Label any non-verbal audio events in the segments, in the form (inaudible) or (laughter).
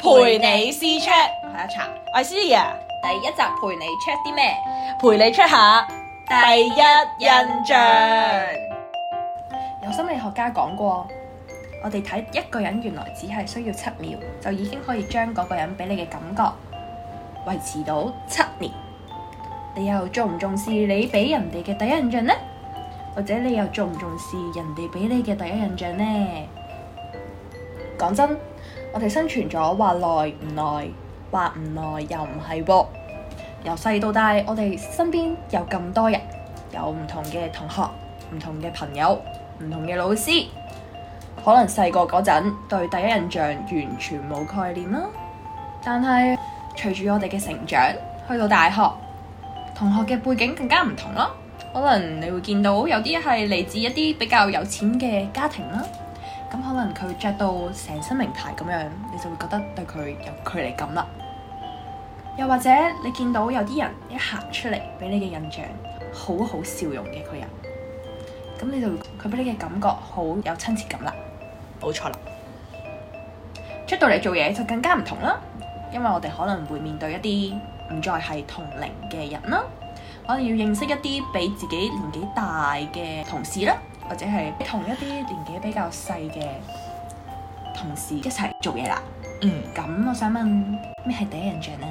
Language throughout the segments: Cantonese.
陪你私 check，下一集我係 Celia，第一集陪你 check 啲咩？陪你 check 下第一印象。有心理學家講過，我哋睇一個人原來只係需要七秒，就已經可以將嗰個人俾你嘅感覺維持到七年。你又重唔重視你俾人哋嘅第一印象呢？或者你又重唔重視人哋俾你嘅第一印象呢？講真，我哋生存咗話耐唔耐，話唔耐又唔係噃。由細到大，我哋身邊有咁多人，有唔同嘅同學、唔同嘅朋友、唔同嘅老師。可能細個嗰陣對第一印象完全冇概念啦，但係隨住我哋嘅成長，去到大學，同學嘅背景更加唔同啦。可能你會見到有啲係嚟自一啲比較有錢嘅家庭啦，咁可能佢着到成身名牌咁樣，你就會覺得對佢有距離感啦。又或者你見到有啲人一行出嚟俾你嘅印象好好笑容嘅個人，咁你就會佢俾你嘅感覺好有親切感啦。冇錯啦，出到嚟做嘢就更加唔同啦，因為我哋可能會面對一啲唔再係同齡嘅人啦，可能要認識一啲比自己年紀大嘅同事啦，或者係同一啲年紀比較細嘅同事一齊做嘢啦。嗯，咁我想問咩係第一印象呢？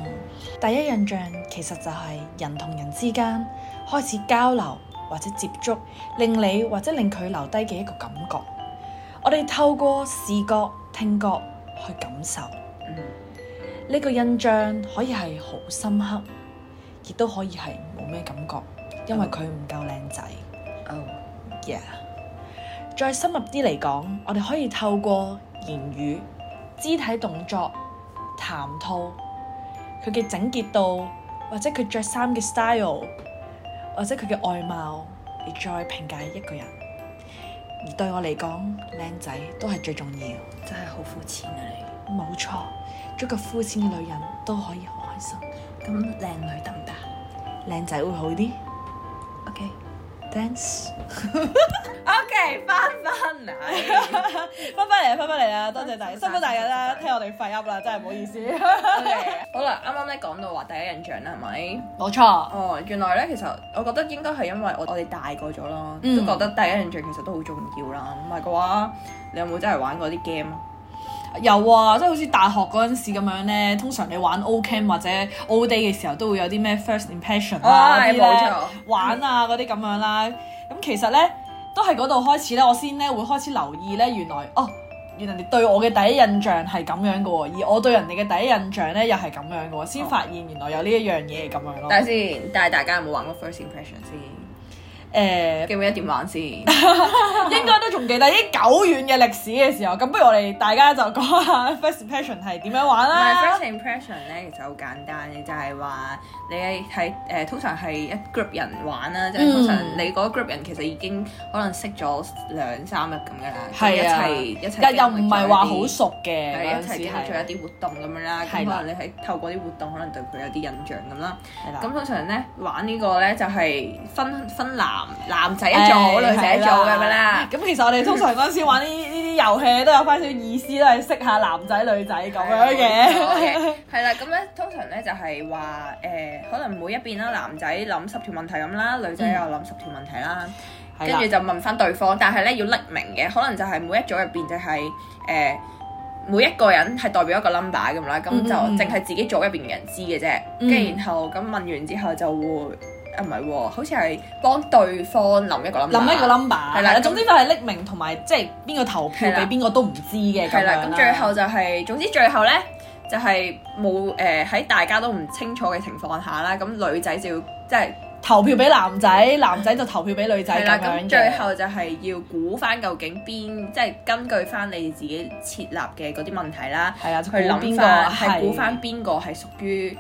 第一印象其實就係人同人之間開始交流或者接觸，令你或者令佢留低嘅一個感覺。我哋透過視覺、聽覺去感受嗯，呢個印象，可以係好深刻，亦都可以係冇咩感覺，因為佢唔夠靚仔。哦， Yeah. 再深入啲嚟講，我哋可以透過言語、肢體動作、談吐、佢嘅整潔度，或者佢着衫嘅 style，或者佢嘅外貌，嚟再評價一個人。而對我嚟講，靚仔都係最重要。真係好膚淺啊你！冇錯，做個膚淺嘅女人都可以好開心。咁靚女得唔啊得靚仔會好啲。 ？OK。 Thanks。 OK，翻翻嚟。翻返嚟，翻返嚟啦！多謝大家，辛辛苦苦大大家家啦，啦聽我哋廢噏啦，真係唔好意思。 OK，好啦，啱啱咧講到話第一印象啦，係咪？冇錯。哦，原來咧，其實我覺得應該係因為我我哋大個咗啦，嗯都覺得第一印象其實都好重要啦。唔係嘅話，你有冇真係玩過啲 game 啊？有啊，即係好似大學嗰陣時咁樣咧，通常你玩 O Cam 或者 O Day 嘅時候，都會有啲咩 first impression 啊嗰啲唉冇咧錯玩啊嗰啲咁樣啦。咁其實咧都係嗰度開始咧，我先咧會開始留意咧，原來哦，原來你對我嘅第一印象係咁樣嘅喎，而我對人哋嘅第一印象咧又係咁樣嘅喎，先發現原來有呢一樣嘢咁樣咯。但係先，但係大家有冇玩過 first impression 先？誒記唔記得點玩先？係應該都仲記得啲久遠嘅歷史嘅時候，咁不如我哋大家就講下 (laughs) first impression 係點樣玩啦 first。impression 咧，其實好簡單嘅，就係話你係誒通常係一 group 人玩啦，即係通常嗯你嗰 group 人其實已經可能識咗兩三日咁噶啦，咁係啊一齊一齊又又唔係話好經歷咗一啲熟係嘅嗰一陣齊時經歷係咗一啲活動咁樣啦，係咁啦可能你喺透過啲活動，可能對佢有啲印象咁啦。係啦咁通常咧玩呢個咧就係分分男男仔一組，女仔一組咁樣啦。咁其實我哋通常嗰陣時玩呢 (laughs) 呢啲遊戲都有翻少少意思，都係識下男仔女仔咁樣嘅。嘅，係啦，咁咧通常咧就係話誒，可能每一邊啦，男仔諗十條問題咁啦，女仔又諗十條問題啦，啊跟嗯係啦住就問翻對方，但係咧要匿名嘅，可能就係每一組入邊就係誒每一個人係代表一個 number 咁啦，咁嗯嗯就嗯淨係自己組入邊嘅人知嘅啫，跟嗯住然後咁問完之後就會啊唔係喎，好似係幫對方諗一個 number，啊諗一個 number，係係啦啦，咁總之就係匿名同埋即係邊個投票係啦俾邊個都唔知嘅咁係樣啦，咁最後就係、總之最後咧就係冇誒喺大家都唔清楚嘅情況下啦，咁女仔就要即係投票俾男仔，男仔就投票俾女仔係啦，咁樣嘅咁最後就係要估翻究竟邊即係根據翻你自己設立嘅嗰啲問題啦，係啦，啊去就估諗邊個翻係估翻邊個係屬於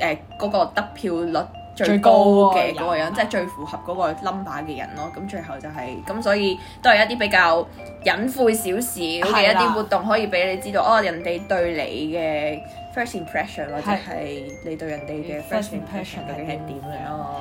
誒嗰個得票率。最最高高嘅嗰嗰個個人啊人，即係最符合嗰個 number 嘅人咯。咁最後就係、咁，所以都係一啲比較隱晦少少嘅係一啦啲活動，可以俾你知道哦，人哋對你嘅 first impression 或者係係你對人哋嘅 First first impression impression 究竟係點樣咯。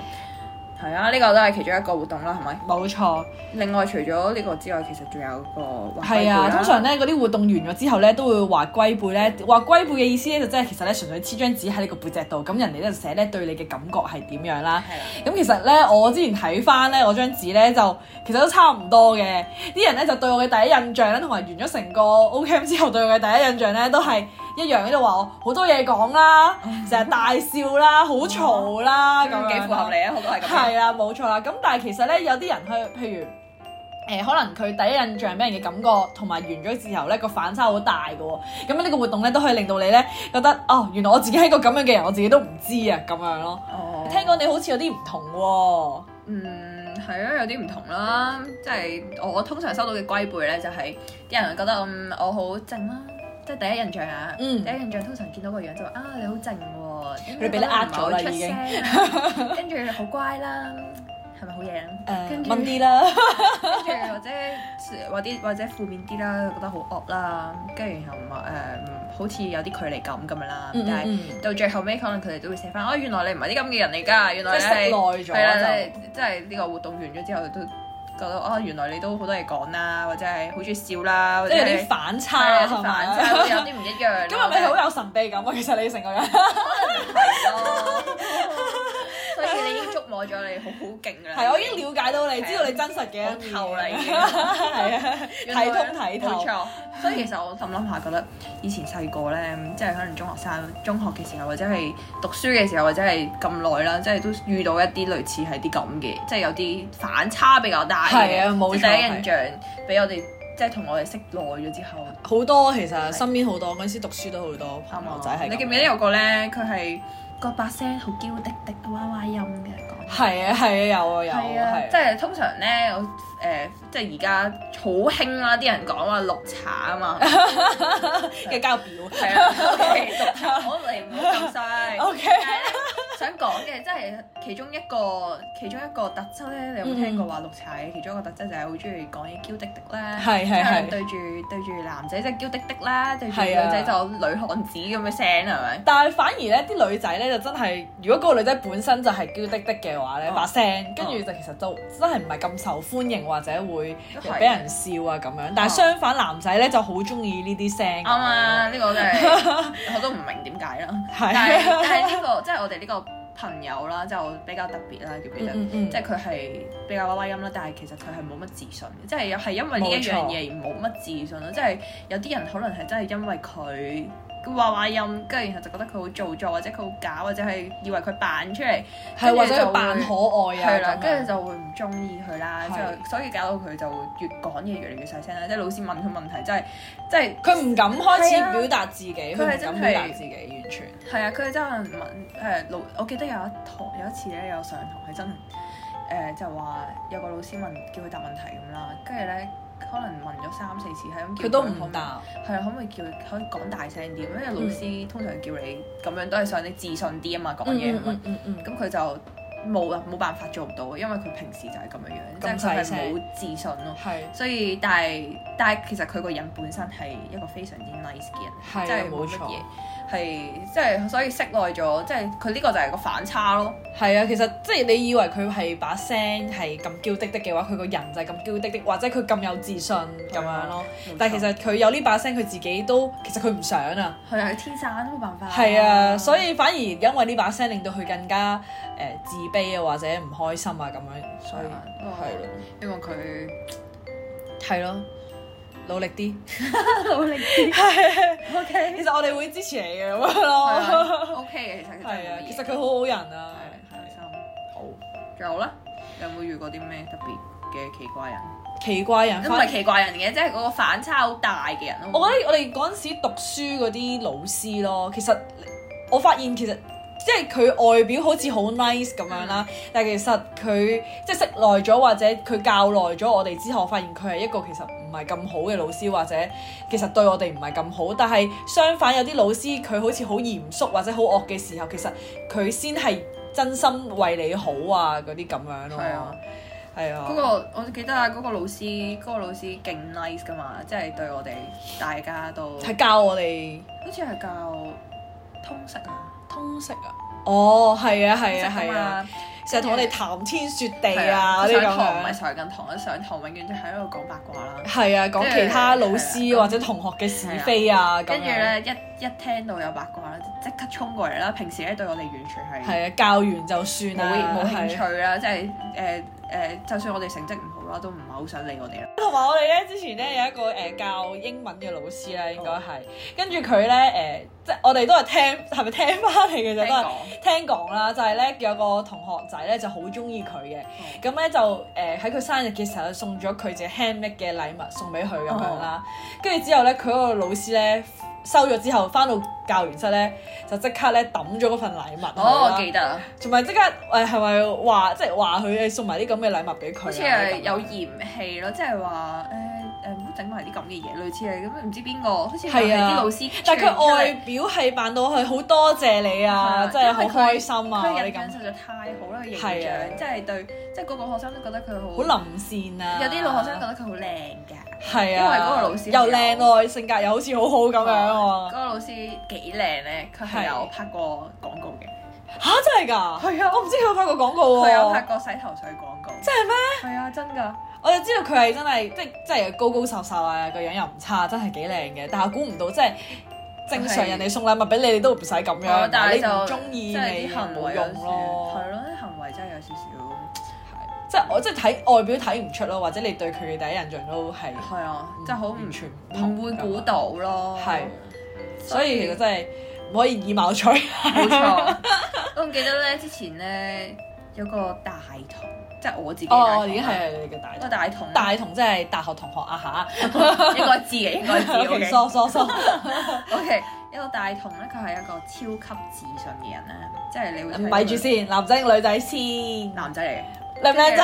係啊，呢個都係其中一個活動啦，係咪？冇錯，另外除咗呢個之外，其實仲有個畫係啊。龜背啦通常咧嗰啲活動完咗之後咧，都會畫龜背咧。畫龜背嘅意思咧，就即係其實咧，純粹黐張紙喺你個背脊度，咁人哋咧就寫咧對你嘅感覺係點樣啦。係啦，咁其實咧，我之前睇翻咧，我張紙咧就其實都差唔多嘅。啲人咧就對我嘅第一印象咧，同埋完咗成個 O Camp 之後對我嘅第一印象咧，都係一樣喺度話我好多嘢講啦，成日大笑啦，好嘈啦咁咁樣幾符合你啊，好多係咁樣。係啦，冇錯啊啦。咁但係其實咧，有啲人去，譬如誒、呃可能佢第一印象俾人嘅感覺，同埋完咗之後咧個反差好大嘅喎。咁呢個活動咧都可以令到你咧覺得哦，原來我自己係一個咁樣嘅人，我自己都唔知啊咁樣咯。哦聽講你好似有啲唔同喎、嗯，係啊，有啲唔同啦，即係我通常收到嘅龜背咧，就係、啲人覺得嗯我好靜啦，即係第一印象啊，嗯第一印象通常見到個樣就話啊你好靜喎，你俾你呃咗啦已經點解唔係好出聲 (laughs) 啊，跟住好乖啦，係咪好嘢啊？誒跟住問啲啦，跟住或者或啲或者負面啲啦，覺得好惡啦，跟住然後話誒、嗯好似有啲距離感咁樣啦，嗯但係嗯到最後尾可能佢哋都會寫翻，哦原來你唔係啲咁嘅人嚟㗎，原即係食來耐你係咗係啦，就你即係呢個活動完咗之後都覺得哦原來你都好多嘢講啦，或者係好中意笑啦，或即者係有係啲反係差啊有嗯係啲嘛反差， (laughs) 有啲唔一樣。咁係咪好有神秘感啊？其實你成個人，係咯？ (laughs) 所以你已經觸摸咗你好好勁㗎啦。係我已經了解到你，係啊知道你真實嘅一面好透啦已經。係啊，睇通睇透冇錯，所以其實我諗諗下，覺得以前細個咧，即係可能中學生、中學嘅時候，或者係讀書嘅時候，或者係咁耐啦，即係都遇到一啲類似係啲咁嘅，即係有啲反差比較大嘅。係啊冇錯即係第一印象俾我哋，即係同我哋識耐咗之後，好多其實身邊好多嗰陣時讀書都好多朋友啊仔係咁樣。啊哦你記唔記得有個咧？佢係個把聲好嬌滴滴、娃娃音嘅講。係啊係啊有啊有啊係啊，即係通常咧，我誒、即係而家好興啦，啲人講話綠茶啊嘛。係嘅交表。係啊，OK，獨 (laughs) 行我嚟唔好咁衰。 (laughs) OK 但係呢想講嘅即係其中一個其中一個特質咧，你有冇聽過話綠茶嘅其中一個特質就係好中意講嘢嬌滴滴啦，嗯係係即係對住對住男仔即係嬌滴滴啦，對住女係啊仔就女漢子咁嘅聲係咪？但係反而咧，啲女仔咧就真係，如果嗰個女仔本身就係嬌滴滴嘅話咧，哦把聲跟住就其實就真係唔係咁受歡迎，或者會都係俾人笑啊咁樣。但係哦相反，男仔咧就好中意呢啲聲。啱啱啊！！呢個真 (laughs) 係我都唔明點解啦。係但 (laughs) 係但係呢個即係我哋呢個朋友啦，就比較特別啦，叫唔記得？嗯嗯即係佢係比較娃娃音啦，但係其實佢係冇乜自信嘅，即係係因為呢一樣嘢而冇乜自信咯。即係有啲人可能係真係因為佢個娃娃音，跟住然後就覺得佢好做作，或者佢好假，或者係以為佢扮出嚟，係或跟者住就佢扮會可愛啊，係啦，咁樣跟住就會唔中意佢啦，係之後所以搞到佢就越講嘢越嚟越細聲啦。即係老師問佢問題，真係即係佢唔敢開係啊始表達自己，佢佢係真唔敢係表達自己，完全係啊，佢真係問誒老，我記得有一堂有一次咧，有上堂係真係誒、就話有個老師問叫佢答問題咁啦，跟住咧可能問咗三四次係咁叫佢都可可唔答。嗯係啊，可唔可以叫佢可以講大聲啲？因為老師通常叫你咁樣都係想你自信啲啊嘛，講嘢係咪嗯嗯嗯咁佢就冇啊冇辦法做到，因為佢平時就係咁樣樣，即係佢咁細係聲冇自信咯。係所以但係但係其實佢個人本身係一個非常之 nice 嘅人，係啊即係冇冇乜錯嘢，係即係所以識耐咗，即係佢呢個就係個反差咯。係啊，其實即係你以為佢係把聲係咁嬌滴滴嘅話，佢個人就係咁嬌滴滴，或者佢咁有自信咁樣咯。啊但係其實佢有呢把聲，佢自己都其實佢唔想啊。佢係天生都冇辦法。係啊，所以反而因為呢把聲令到佢更加誒、呃自卑啊，或者唔開心啊咁樣，所以係啊係咯，希望 (laughs) 佢係咯，努力啲。努力 (laughs) 啲。O K。其實我哋會支持你嘅咁樣係咯。啊 O K 嘅，其實佢真係係啊冇，嘢其實佢好好人啊。係開心。好仲有咧，你有冇遇過啲咩特別嘅奇怪人？奇怪人，都唔係奇怪人嘅，即係嗰個反差好大嘅人咯。我覺得我哋嗰陣時讀書嗰啲老師咯，其實我發現其實即係佢外表好似好 nice 咁樣啦，但係其實佢即係識耐咗或者佢教耐咗我哋之後，發現佢係一個其實唔係咁好嘅老師，或者其實對我哋唔係咁好。但係相反有啲老師佢好似好嚴肅或者好惡嘅時候，其實佢先係真心為你好啊嗰啲咁樣咯。係啊。係啊，嗰、個我記得啊，嗰、個老師，嗰、個老師勁 nice 噶嘛，即係對我哋大家都，係教我哋好似係教通識啊，通識啊。哦，係啊，係啊，通識㗎係嘛啊。成日同我哋談天說地係啊嗰佢啲上咁堂唔係樣。上緊堂，佢上堂永遠就喺度講八卦啦。係啊，講其他老師係啊或者同學嘅是非啊咁跟住樣。咧，一一聽到有八卦咧，即刻衝過嚟啦。平時咧對我哋完全係係啊，教完就算冇啦，冇興係啊趣啦，即係誒誒，就算我哋成績唔好啦，都唔係好想理我哋啦。同埋我哋咧之前咧有一個誒、呃教英文嘅老師啦，應該係跟住佢咧誒，即係我哋都係聽係咪聽翻嚟嘅啫，都係聽講啦，就係、咧有個同學仔咧就好中意佢嘅，哦咁咧、就誒喺佢生日嘅時候就送咗佢自己 handmade 嘅禮物送俾佢咁哦樣啦，跟住、之後咧佢嗰個老師咧收咗之後翻到教員室咧就即刻咧抌咗嗰份禮物佢哦，啦我記得啦，同埋即刻誒係咪話即係話佢誒送埋啲咁嘅禮物俾佢啊？好似係咁樣有嫌棄咯，即係話誒誒唔好整埋啲咁嘅嘢，類似係咁，唔知邊個，好似話係係啊啲老師，但係佢外表係扮到佢好多謝你啊，真係好開心啊！佢嗰啲印象咁實在太好啦，佢形係啊象即係對，即係個個學生都覺得佢好，好臨善啊！有啲老學生覺得佢好靚㗎。係啊，因為嗰個老師又靚喎，性格又好似好好咁樣嗰喎。個老師幾靚咧，佢係係有拍過廣告嘅，吓，真係㗎？係啊我唔知佢有拍過廣告佢有拍喎。過洗頭水廣告，真係咩？係啊，真㗎。我就知道佢係真係即係即係高高瘦瘦啊，個樣又唔差，真係幾靚嘅。嗯但係估唔到即係正常人哋送禮物俾你，你都唔使咁哦樣。但係你唔就中意即係你啊啲行冇為有用少咯。係咯，啲行為真係有少嗯少即係我即係睇外表睇唔出咯，或者你對佢嘅第一印象都係係啊，即係好唔嗯完全唔同唔會估到咯。係，所以其實真係唔可以以貌取。冇錯。 (laughs) 我仲記得咧，之前咧有個大同，即係我自己大哦，同已經啦係你嘅大個 (laughs) 同，大同啦，大同即係大學同學 (laughs) 啊應該知嘅，應該知嚇嘅。 (laughs) ，OK，疏疏疏， OK，一個大同咧，佢係一個超級自信嘅人啦，即係你會睇到啊咪住佢先，男仔定女仔先，靚男仔嚟唔靚仔先？嘅，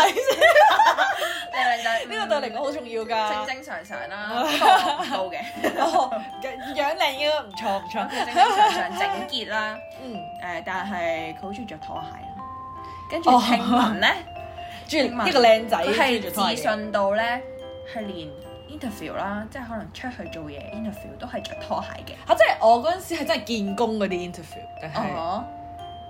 靚靚仔， (laughs) 呢個對你嚟講好重要正㗎。嗯正常常 (laughs) 啦，不過唔高嘅，哦樣靚應該唔錯唔錯，正正常常整潔啦，嗯，誒，但係佢好中意着拖鞋啦，跟住哦聽聞 (laughs) 咧，中意一個靚仔，啊佢中意係做拖自鞋嘅信到咧係連 interview 啦，即係可能出去做嘢 interview 都係着拖鞋嘅，啊嚇，即係我嗰陣時係真係見工嗰啲 interview，定係哦，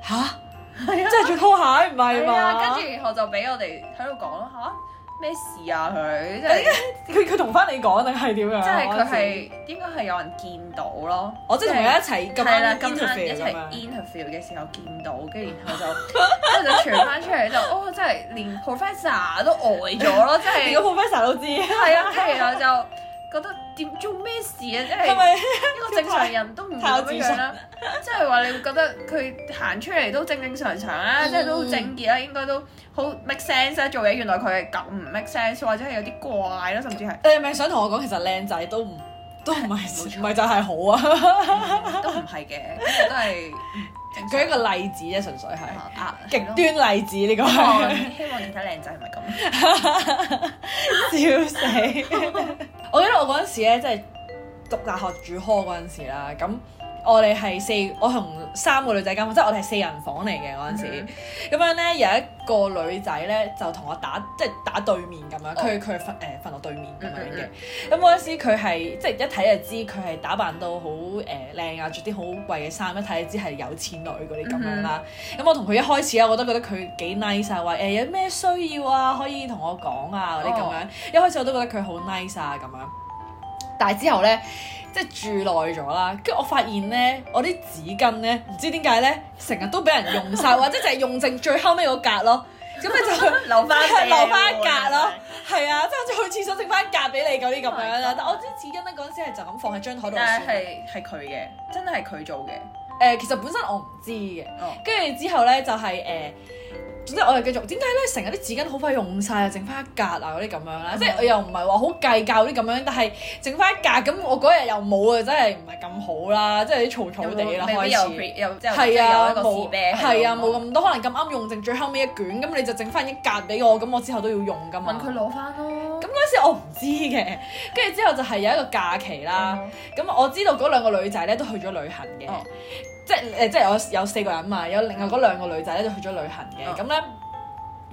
嚇，係啊即係做拖鞋唔係係啊，嘛？跟住我就俾我哋喺度講咯吓，咩事啊佢，即係。佢佢同翻你講定係點樣啊？即係佢嗰陣時係應該係有人見到咯，我即係同佢一齊咁係啦啱，咁啱 interview 啊一咁齊樣。 interview 嘅時候見到，跟住然後就 (laughs) 跟住就傳翻出嚟就哦，真係連 professor 都呆咗咯，即連 (laughs) 係個 professor 都知係係啊，跟住我就覺得點做咩事啊？即係咪？一個正常人都唔會太有咁自樣信啦，即係話你會覺得佢行出嚟都正正常常啦，嗯即係都好整潔啦，應該都好 make sense 啊啦，做嘢原來佢係咁唔 make sense，或者係有啲怪啦，甚至係你係咪想同我講，其實靚仔都唔都唔係冇錯唔係就係好啊？ (laughs) 嗯都唔係嘅，跟住都係嗯正常舉一個例子啫，純粹係啊，極端例子 (laughs) 呢個希係望希望其他靚仔唔係咁。笑死！ (laughs) 我記得我嗰陣時咧，即係讀大學主科嗰陣時啦，咁。我哋係四，我同三個女仔間房，即係我哋係四人房嚟嘅嗰陣時。嗯咁樣咧，有一個女仔咧就同我打，即係打對面咁樣。佢佢瞓誒瞓落對面咁樣嘅嗯。咁嗰陣時佢係即係一睇就知佢係打扮到好誒靚啊，着啲好貴嘅衫，一睇就知係有錢女嗰啲咁樣啦。咁、我同佢一開始啊，我都覺得佢幾 nice 啊，話誒、有咩需要啊，可以同我講啊嗰啲咁樣。一開始我都覺得佢好 nice 啊咁樣，但係之後咧。即係住耐咗啦，跟住我發現咧，我啲紙巾咧，唔知點解咧，成日都俾人用晒，或者就係用剩最後尾嗰格咯。咁咪 (laughs) 就留翻俾你留翻一格咯，係啊，即係好似去廁所剩翻一格俾你嗰啲咁樣 Oh my 啦 god。但我啲紙巾咧嗰陣時係就咁放喺張台度算但啦。誒、係係佢嘅，真係佢做嘅。其實本身我唔知嘅，哦，跟住之後咧就係、誒、總之我又繼續點解咧成日啲紙巾好快用晒啊，剩翻一格啊嗰啲咁樣嗯啦，即係我又唔係話好計較啲咁樣，但係剩翻一格咁，我嗰日又冇啊，真係唔係咁好啦，即係啲嘈嘈地啦未開必有始。 pre- 有即係係有啊，一個冇 C 啤喺度係啊，冇。咁多，可能咁啱用剩最後尾一卷，咁你就剩翻一格俾我，咁我之後都要用噶嘛。問佢攞翻咯。咁嗰陣時我唔知嘅，跟住之後就係有一個假期啦。哦咁、我知道嗰兩個女仔咧都去咗旅行嘅，哦即係誒即係我有四個人嘛，有另外嗰兩個女仔咧都去咗旅行嘅。哦咁咧、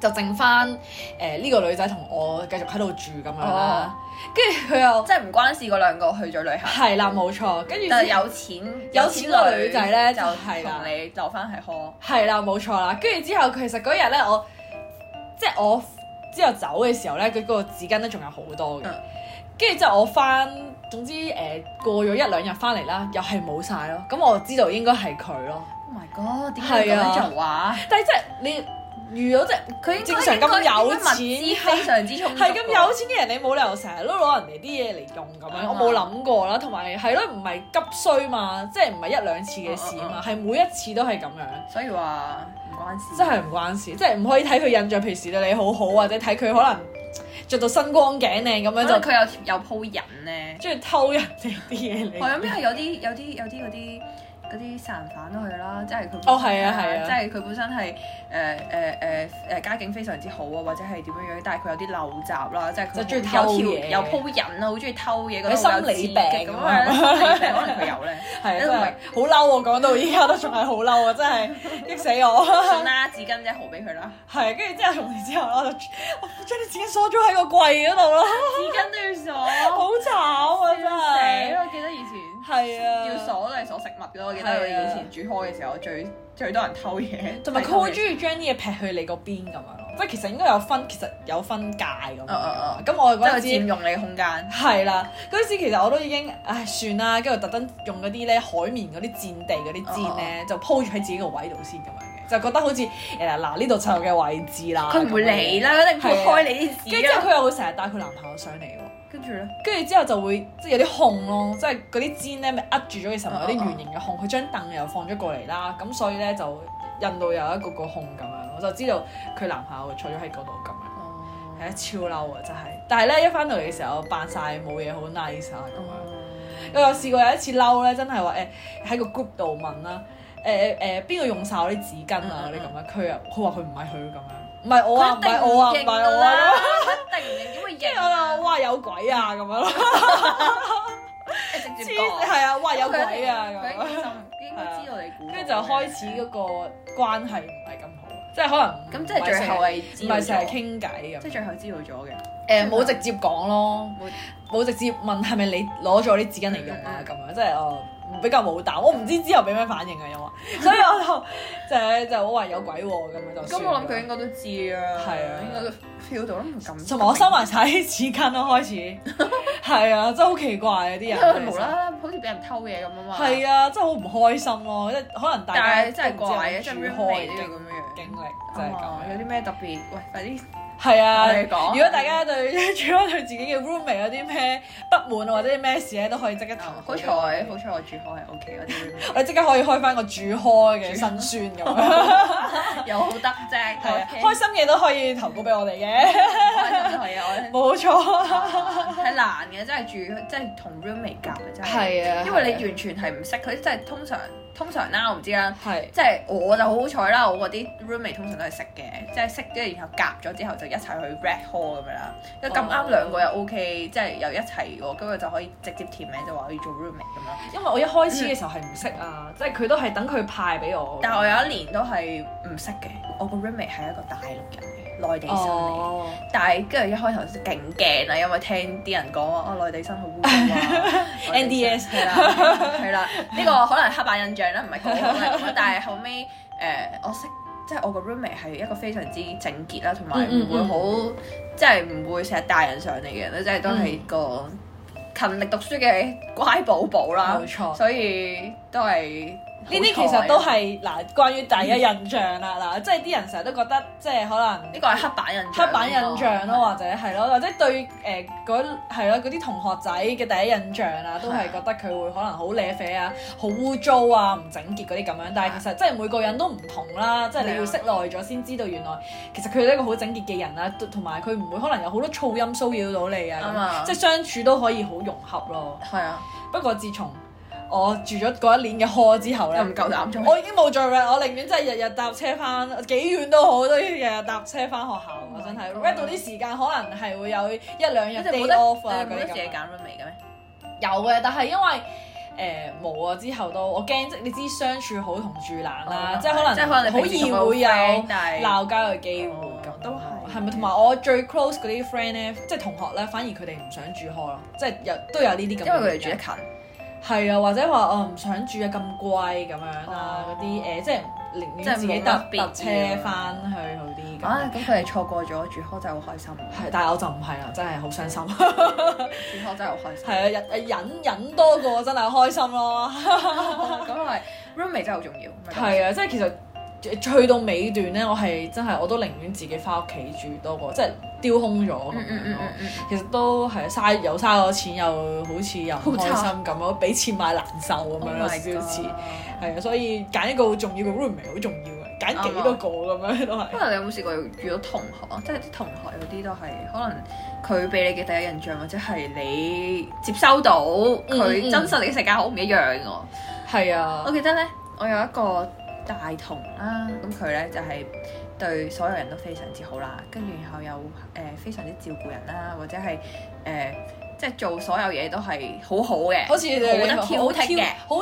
就剩翻誒呢個女仔同我繼續喺度住咁樣哦啦。跟住佢又即係唔關事嗰兩個去咗旅行，係啦，冇錯。跟住但係之後有錢有錢個女仔呢就就係啦同你留翻喺 hall，係啦，冇錯啦。跟住之後，其實嗰日咧，我即係我之後走嘅時候咧，佢嗰個紙巾咧仲有好多嘅嗯。跟住之後我翻，總之誒、呃、過咗一兩日翻嚟啦，又係冇晒咯。咁我知道應該係佢咯。 Oh my god！點解解要咁咁樣樣做啊？但係即係你遇到即係佢應該正常咁應有錢該物資非常之充足係咁有錢嘅人，你冇理由成日都攞人哋啲嘢嚟用咁樣，啊我冇諗過啦。同埋係咯，唔係急需嘛，即係唔係一兩次嘅事啊嘛，係每一次都係咁樣，所以話唔關事。真係唔關事，即係唔可以睇佢印象平時對你好好，或者睇佢可能着到身光頸靚可咁樣能就佢有有鋪人咧，中意偷人哋啲嘢我嚟。諗因為有啲有啲有啲嗰啲嗰啲殺人犯都去啦，即係佢哦係啊係啊即係佢本身係誒誒誒誒家境非常之好啊，或者係點樣樣，但係佢有啲陋習啦，即係佢就中意有偷條嘢有鋪人啊，好中意偷嘢，覺有得好有心理自病激咁咁啊，啊心理病可能佢有咧，係啊，因真係為好嬲我講到依家都仲係好嬲啊！真係激死我。信啦，紙巾啫，毫俾佢啦，係，跟住之後同你之後啦，我就我將啲紙巾鎖咗喺個櫃嗰度啦，紙巾都要好鎖，死慘啊！真係，我記得以前。係啊，要鎖都係鎖食物嘅咯，我記得我以前煮開嘅時候，最最多人偷嘢，同埋佢好中意將啲嘢劈去你嗰邊咁樣咯，即係其實應該有分，其實有分界咁樣嗯嗯嗯㗎。咁我即係嗰佢陣佔時用你嘅空間。係啦，嗰陣時其實我都已經唉算啦，跟住特登用嗰啲咧海綿嗰啲墊地嗰啲氈哦咧，就鋪住喺自己個位度先咁樣嘅，就覺得好似誒嗱呢度就有嘅位置啦。佢唔會咁樣理。啦，一定唔會開你啲跟紙住之後啊！佢又會成日帶佢男朋友上嚟喎。跟住咧，跟住之後就會即係有啲控咯，即係嗰啲氈咧咪扼住咗嘅時候，有啲嗯嗯嗯圓形嘅控，佢張凳又放咗過嚟啦，咁所以咧就印到有一個個控咁樣，我就知道佢男朋友坐咗喺嗰度咁樣，係啊超嬲啊真係！但係咧一翻到嚟嘅時候，我扮晒冇嘢好 nice 啊咁樣。我有試過有一次嬲咧，真係話誒喺個 group 度問啦，誒誒誒邊個用晒我啲紙巾啊嗰啲咁樣，佢又佢話佢唔係佢咁樣，唔係我啊，唔係我啊，唔係我啊。一定唔認，點會 (laughs) 跟認住我啊？就哇有鬼啊咁樣咯，一直接黐講，係啊，哇有佢一鬼定啊咁佢樣，應該知道你估，跟住就開始嗰個關係唔係咁好，即係可能咁即係最後係知唔道係成日咗，傾即偈咁，係最後知道咗嘅。誒冇直接講咯，冇直接問係咪你攞咗啲紙巾嚟用啊嗯嗯咁樣，即係我比較冇膽，我唔知之後俾咩反應啊，因為 (laughs) 所以我就就係就我話有鬼喎咁樣就咁算我諗啦佢應該都知啊，係啊應該都 feel 到啦，唔咁。同埋我收埋晒啲紙巾咯，開始 (laughs) 係啊，真係好奇怪啊啲因人為真係無啦啦，好似俾人偷嘢咁啊嘛。係啊，真係好唔開心咯，即係可能大家但係真係怪啊嘅，真係都唔知有冇 roommate 都要住開嘅咁樣樣。經歷就係係咁有樣。啲咩特別？喂，快啲係啊，我哋講如果大家對 (laughs) 除咗對自己嘅 roommate 有啲咩不滿啊或者啲咩事咧，都可以即刻投啊！稿好俾彩，我哋好彩我住開係 OK 嗰啲， (laughs) 我哋即刻可以開翻個煮開嘅辛酸咁樣，又好得啫，係啊，開開心嘢都可以投稿俾我哋嘅， (laughs) 開心係 (laughs) 啊！我冇錯。係難嘅，真係住即係同 roommate 夾嘅真係，啊因為你完全係唔識佢，即係通常通常啦，我唔知啦。係即係我就好好彩啦，我嗰啲 roommate 通常都係識嘅，即係識咗，然後夾咗之後就一齊去 red hall 咁樣啦。咁咁啱兩個又 OK，即係又一齊喎，咁佢就可以直接填名就話我要做 roommate 咁樣。因為我一開始嘅時候係唔識啊，即係佢都係等佢派俾我。但係我有一年都係唔識嘅，我個 roommate 係一個大陸人嚟，內地生嚟。哦，但係跟住一開頭勁驚啦，因為聽啲人講話啊內地生好污糟 (laughs) 啊 NDS 係啦係啦，呢個可能刻板印象啦，唔係個個都係咁 (laughs) 樣。但係後尾誒、呃我識即係我個 roommate 係一個非常之整潔啦，同埋嗯嗯唔會好即係唔會成日帶人上嚟嘅人咧，即係都係個勤力讀書嘅乖寶寶啦冇，錯。所以都係呢啲其實都係嗱，關於第一印象啊啦，嗱，即係啲人成日都覺得即係可能呢個係黑板印象，黑板印象咯，或者係咯，或者對誒嗰係咯嗰啲同學仔嘅第一印象啊，都係覺得佢會可能好瀨啡啊、好污糟啊、唔整潔嗰啲咁樣。但係其實即係每個人都唔同啦，即係你要識耐咗先知道原來其實佢係一個好整潔嘅人啦，啊同埋佢唔會可能有好多噪音騷擾到你啱啊，啊咁即係相處都可以好融合咯。係啊，不過自從我住咗嗰一年嘅 hall 之後咧又唔。夠膽做。我已經冇做啦，我寧願真係日日搭車翻，幾遠都好，都要日日搭車翻學校。我真係 Oh my god read 到啲時間，可能係會有一兩日你哋冇 day 得 off 你啊哋嗰冇得啲自己咁揀樣。 roommate 嘅咩？有嘅，但係因為誒、誒冇啊，之後都我驚即你知相處好同住難啦，哦即係可能即係可能你好平時易同佢好會有 friend，但係鬧交嘅機會哦咁，都係係咪？同埋我最 close 嗰啲 friend 咧，即係同學咧，反而佢哋唔想住開咯，即係有都有呢啲咁嘅原因。因為佢哋住得近。係啊，或者話我唔想住啊咁貴咁樣哦啦，嗰啲呃誒即係寧即係願自己冇搭乜必要搭車翻去好啲咁。啊，咁佢哋錯過咗住 hall 真係好開心，係，但係我就唔係啦，真係好傷心。住 hall 真係好開心。 (laughs) 係啊，忍忍忍多過真係開心咯。咁係 roommate 真係好重要。係啊，即係其實去到尾段咧，我係真係我都寧願自己翻屋企住多過，即係丟空咗咁嗯，嗯樣嗯咯嗯。嗯其實都係嘥又嘥咗錢，又好似又唔好開慘心咁咯，俾錢買難受咁嗯，樣咯，少少似。係啊，所以揀一個好重要嘅 roommate 好重要嘅，啊揀幾多個咁樣 (laughs) 都係 (laughs) 不。過你有冇試過遇到同學啊？即係啲同學有啲都係可能佢俾你嘅第一印象，或者係你接收到嗯佢嗯真實你嘅世界好唔一樣喎。係啊我，記得咧，我有一個大同啦，咁佢咧就係、對所有人都非常之好啦，跟住然後又誒、呃非常之照顧人啦，或者係誒、呃即係做所有嘢都係好好嘅，好似你好哋得挑剔嘅，好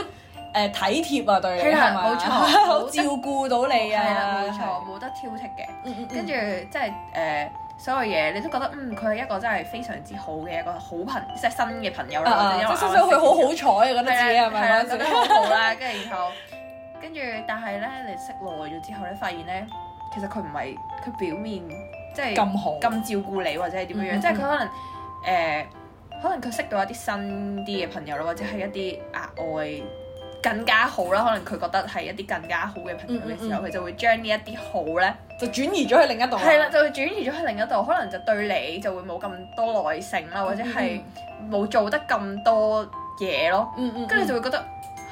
誒體貼啊對你係啦係咪 (laughs) 冇錯好照顧到你係啊，啦，冇錯，冇得挑剔嘅。嗯，嗯嗯跟住即係誒、呃所有嘢你都覺得嗯佢係一個真係非常之好嘅一個好朋即係新嘅朋友啊啦，或啊，者即因為係啱深啱深佢好識嘅好彩啊，覺得自己係係啦，咪？覺得好好 (laughs) 啦，跟住然後，跟住但係咧，你識耐咗之後咧，發現咧，其實佢唔係佢表面即係咁好，咁照顧你或者係點樣嗯樣，嗯即係佢可能誒，可能佢識到一啲新啲嘅朋友啦，或者係一啲額外更加好啦，可能佢覺得係一啲更加好嘅朋友嘅時嗯候，嗯佢就會將呢一啲好咧，就轉移咗去另一度。係啦，就會轉移咗去另一度，可能就對你就會冇咁多耐性啦，嗯或者係冇做得咁多嘢咯。嗯嗯，跟住就就會覺得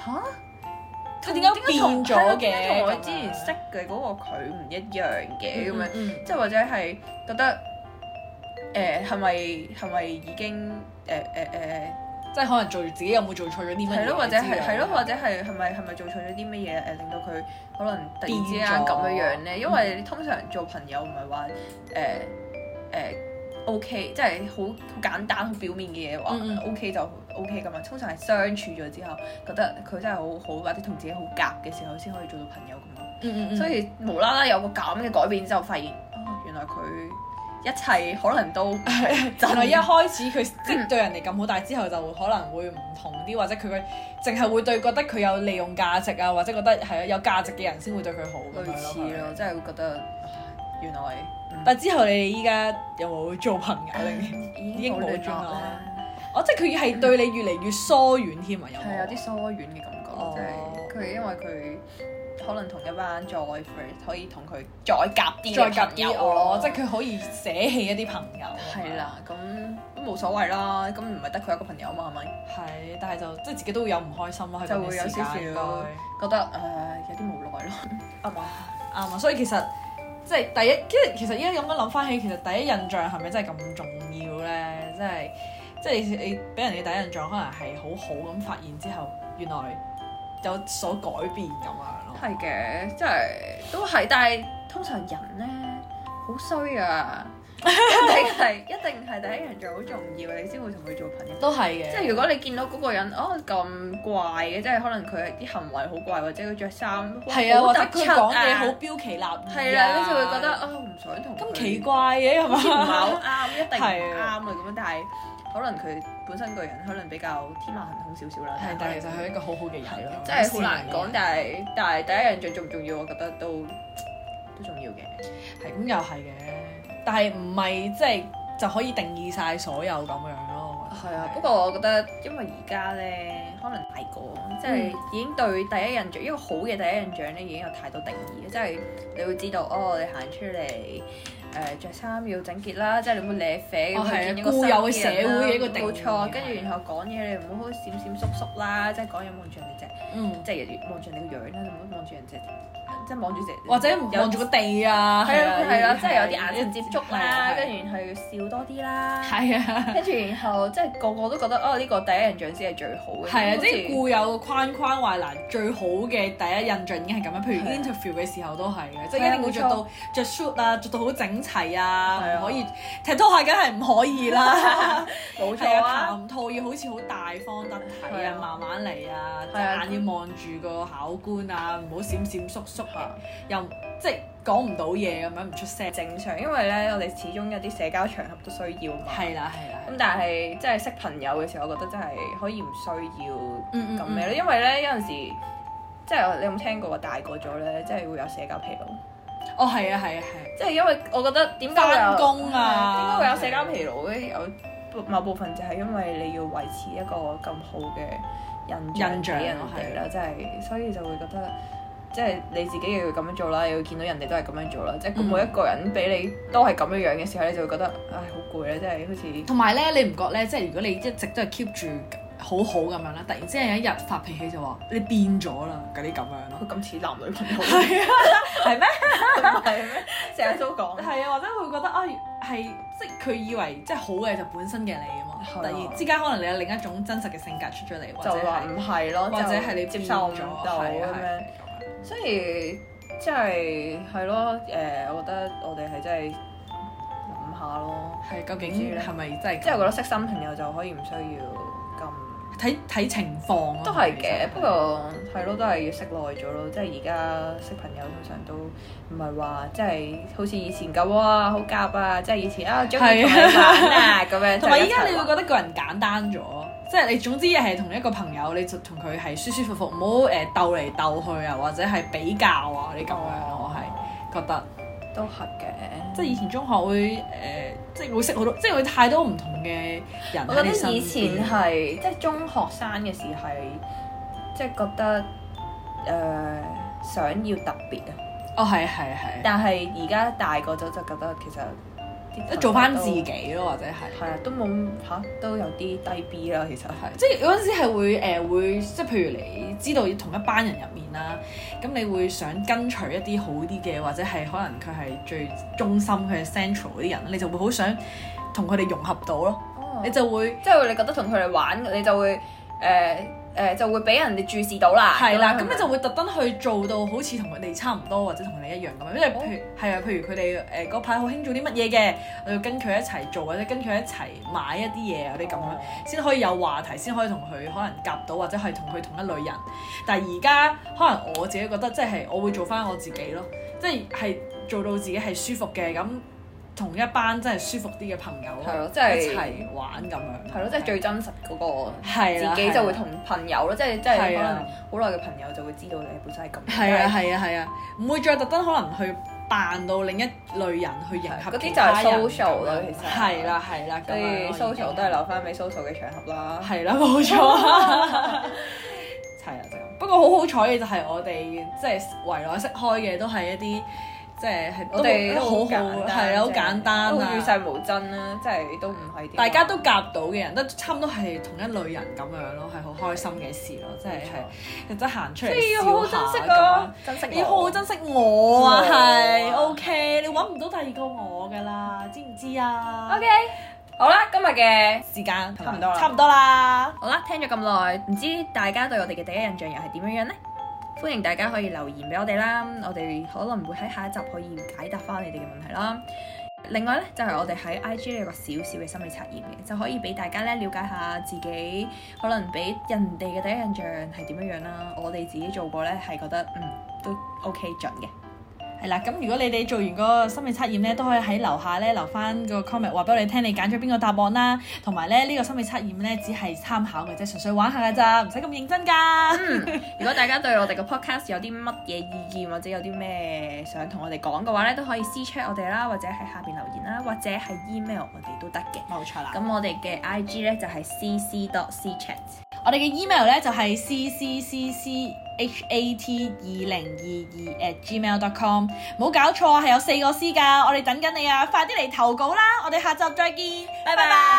吓，佢點解變同咗係啊嘅點解同我之咁樣嗯前識嘅嗰個佢唔一樣嘅咁樣，樣，即係或者係覺得誒係咪係咪已經誒誒誒即係可能做自己有冇做錯咗啲乜嘢？係咯，或者啊係係咯，或者係係咪係咪做錯咗啲乜嘢誒，令到佢可能突然之間咁樣樣嗯咧？因為你通常做朋友唔係話誒誒 O K，即係好好簡單好表面嘅嘢話嗯嗯 O K 就 O K 噶嘛。通常係相處咗之後，覺得佢真係好好，或者同自己好夾嘅時候，先可以做到朋友咁咯。嗯嗯嗯，所以無啦啦有個咁嘅改變之後，發現哦，原來佢一切可能都 (laughs) 原就來一開始佢即嗯係對人哋咁好，但係之後就可能會唔同啲，或者佢嘅淨係會對覺得佢有利用價值啊，或者覺得係啊有價值嘅人先會對佢好咁類似啊咯，樣咯。即係會覺得啊原來。嗯但係之後你哋依家有冇做朋友定？已經經冇冇聯聯絡絡啦啦，哦，即係佢係對你越嚟越疏遠添啊，有係有啲冇？疏遠嘅感覺咯，哦即係佢因為佢可能同一班再 friend 可以同佢再夾啲哦再嘅夾朋友啲我咯，即係係佢可以捨棄一啲朋友。啊係，啦，咁都冇所謂啦，咁唔係得佢一個朋友嘛，係咪？係，但係就即係自己都會有唔開心咯，喺嗰就段會有時間少少應該覺得誒有啲無奈咯，啱唔啱？啱啊，所以其實即係第一，跟住其實依家咁樣諗翻起，其實第一印象係咪真係咁重要咧？即係即係你你俾人哋第一印象，可能係好好咁發現之後，原來有所改變咁樣咯。係嘅，即係都係，但係通常人咧好衰 (laughs) 啊，一定係一定係第一印象好重要，你先會同佢做朋友。都係嘅，即係如果你見到嗰個人哦咁怪嘅，即係可能佢啲行為好怪，或者佢着衫係啊，好或者突佢出講啊嘢好標奇立異，係啦，跟住會覺得啊唔想同佢咁奇怪嘅係好似唔係嘛？好啱，一定唔係啱啊啊咁樣。但係可能佢本身個人可能比較天馬行空少少啦。係，但係其實佢係一個好好嘅人係咯咯，，真係好難講。但係但係第一印象重唔重要？我覺得都都重要嘅。係咁又係嘅，但係唔係即係就可以定義晒所有咁樣咯。我覺得係啊，不過我覺得因為而家咧，可能大個，即嗯係已經對第一印象，一個好嘅第一印象咧，已經有太多定義，即係你會知道哦，你行出嚟。誒着衫要整潔啦，即係你唔好瀨啡哦咁係啊去見一個固新有嘅嘅人啦社會嘅一個定義冇錯，跟係啊住然後講嘢你唔好好閃閃縮縮啦，即係講嘢望住人哋隻，嗯。即係望住人哋個樣啦，就唔好望住人隻，即係望住隻，或者望住個地啊，係啊係啦，即係有啲眼神神接觸啦，跟住住然後要笑多啲啦，係啊。跟住然後即係個個都覺得哦呢、個第一印象先係最好嘅，係啊，即係係固有嘅框框話嗱，最好嘅第一印象已經係咁樣。譬如係啊 interview 嘅時候都係嘅，即係係啊一定會着到 (laughs) 着 suit 啊，着到好整齊啊，係啊唔可以踢拖鞋梗係唔可以啦。啊冇係錯啊，啊，談吐要好似好大方得體係啊啊，慢慢嚟啊，隻係啊眼要望住個考官啊，唔好閃閃縮縮啊，又即係講唔到嘢咁樣唔出聲。正常，因為咧我哋始終有啲社交場合都需要嘛。係啦係啦，咁但係即係識朋友嘅時候，我覺得真係可以唔需要嗯咁樣咯，因為咧有陣時即係你有冇聽過話大個咗咧，即係會有社交疲勞。哦係啊係啊係啊，即係因為我覺得點解會有返工啊點解會有社交疲勞咧？有某部分就係因為你要維持一個咁好嘅印象印象俾人哋啦，即係所以就會覺得。即係你自己又要咁樣做啦，又要見到人哋都係咁樣做啦，即係嗯每一個人俾你都係咁樣樣嘅時候，你就會覺得唉好攰啊啦，即係好似同埋咧你唔覺咧，即係如果你一直都係 keep 住好好咁樣啦，突然之間有一日發脾氣就話你變咗啦嗰啲咁樣咯。佢咁似男女朋友，係啊，係咩？唔係咩？成日都講， (laughs) 係啊，或者會覺得啊，係即係佢以為即係好嘅就本身嘅你啊嘛，係突啊然之間可能你有另一種真實嘅性格出咗嚟，或者就話係唔係咯，或者就係你接變受唔咗到係咁係樣。所以即係係咯，誒、我覺得我哋係真係諗下咯，係究唔知竟咧係咪真係咁？即係我覺得識新朋友就可以唔需要咁，睇睇情況咯都係嘅。其實不過係咯，都係要識耐咗咯。即係而家識朋友通常都唔係話即係好似以前咁哇，好夾啊！即係以前啊，中意同你玩啊咁樣。同埋就一依齊家你會玩覺得個人簡單咗，即係你總之係同一個朋友，你就同佢係舒舒服服，唔好誒鬥嚟鬥去啊，或者係比較啊你咁樣咯，我係覺得。啊都係嘅，即係以前中學會誒、即係會識好多，即係會太多唔同嘅人我喺覺你身得邊。以前係即係中學生嘅時係，即係覺得誒、呃想要特別啊，哦，係係係，但係而家大個咗就覺得其實啲即係做翻朋自友都己咯，或者係。係啊，都冇嚇、都有啲低 B 啦，其實係係，即係有陣時係會誒、呃、會，即係譬如你知道同一班人入面啦，咁你會想跟隨一啲好啲嘅，或者係可能佢係最中心佢係 central 嗰啲人，你就會好想同佢哋融合到咯，你你就會即係你覺得同佢哋玩，你就會誒誒、呃呃就會俾人哋注視到啦，係啦，樣咁係咪你就會特登去做到好似同佢哋差唔多，或者同你一樣咁哦樣，因為譬如係啊，譬如佢哋誒嗰排好興做啲乜嘢嘅，我要跟佢一齊做，或者跟佢一齊買一啲嘢嗰啲咁樣。先可以有話題，先可以同佢可能夾到，或者係同佢同一類人。但係而家可能我自己覺得，即係我會做翻我自己咯，即係係做到自己係舒服嘅，咁同一班真係舒服啲嘅朋友係咯咯，即係一齊玩咁樣。係咯，即係最真實嗰、個。係啦自己就會同朋友咯，即係即係係可能啊好耐嘅朋友就會知道你本身係咁。係啊係啊係啊，唔會再特登可能去扮到另一類人去迎合嗰啲其就他係人 social 啦咁樣其實係啦係啦，所以 social 都係啦。留翻俾 social 嘅場合啦。係啦，冇錯 (laughs) 啊，係啊，就咁。不過好好彩嘅就係我哋即係圍內識開嘅都係一啲即係係我哋都都好好好簡單係啊，好簡單都與啊，世無爭啦，即係都唔係啲啊大家都夾到嘅人，都差唔多係同一類人咁樣咯，係好開心嘅事咯，即係係即係行出所以嚟要好好珍笑惜下咁樣啊，珍惜要好好珍惜我啊，係我 OK，你揾唔到第二個我㗎啦，知唔知啊 OK，好啦，今日嘅時間差唔多啦差唔多啦。好啦，聽咗咁耐，唔知大家對我哋嘅第一印象又係點樣樣呢？歡迎大家可以留言俾我哋啦，我哋可能會喺下一集可以解答翻你哋嘅問題啦。另外呢，就係、我哋喺 IG 呢有個小小嘅心理測驗嘅，就可以俾大家咧了解下自己可能俾人哋嘅第一印象係點樣樣啦。我哋自己做過呢，係覺得嗯都 OK 準嘅。係啦，咁如果你哋做完個心理測驗咧，都可以喺樓下咧留翻個 comment 話俾我哋聽，你揀咗邊個答案啦。同埋咧，呢、個心理測驗咧只係參考嘅啫，純粹玩下㗎咋，唔使咁認真㗎。如果大家對我哋嘅 podcast 有啲乜嘢意見，或者有啲咩想同我哋講嘅話咧，都可以私 chat 我哋啦，或者喺下邊留言啦，或者係 email 我哋都得嘅。 (laughs) 冇錯啦，咁咁我哋嘅 IG 咧就係 cc dot c chat。我哋嘅 email 咧就係 c c c c h a t 二零二二 at gmail dot com，冇搞錯係有四個 C 㗎，我哋等緊你啊，快啲嚟投稿啦，我哋下集再見，拜拜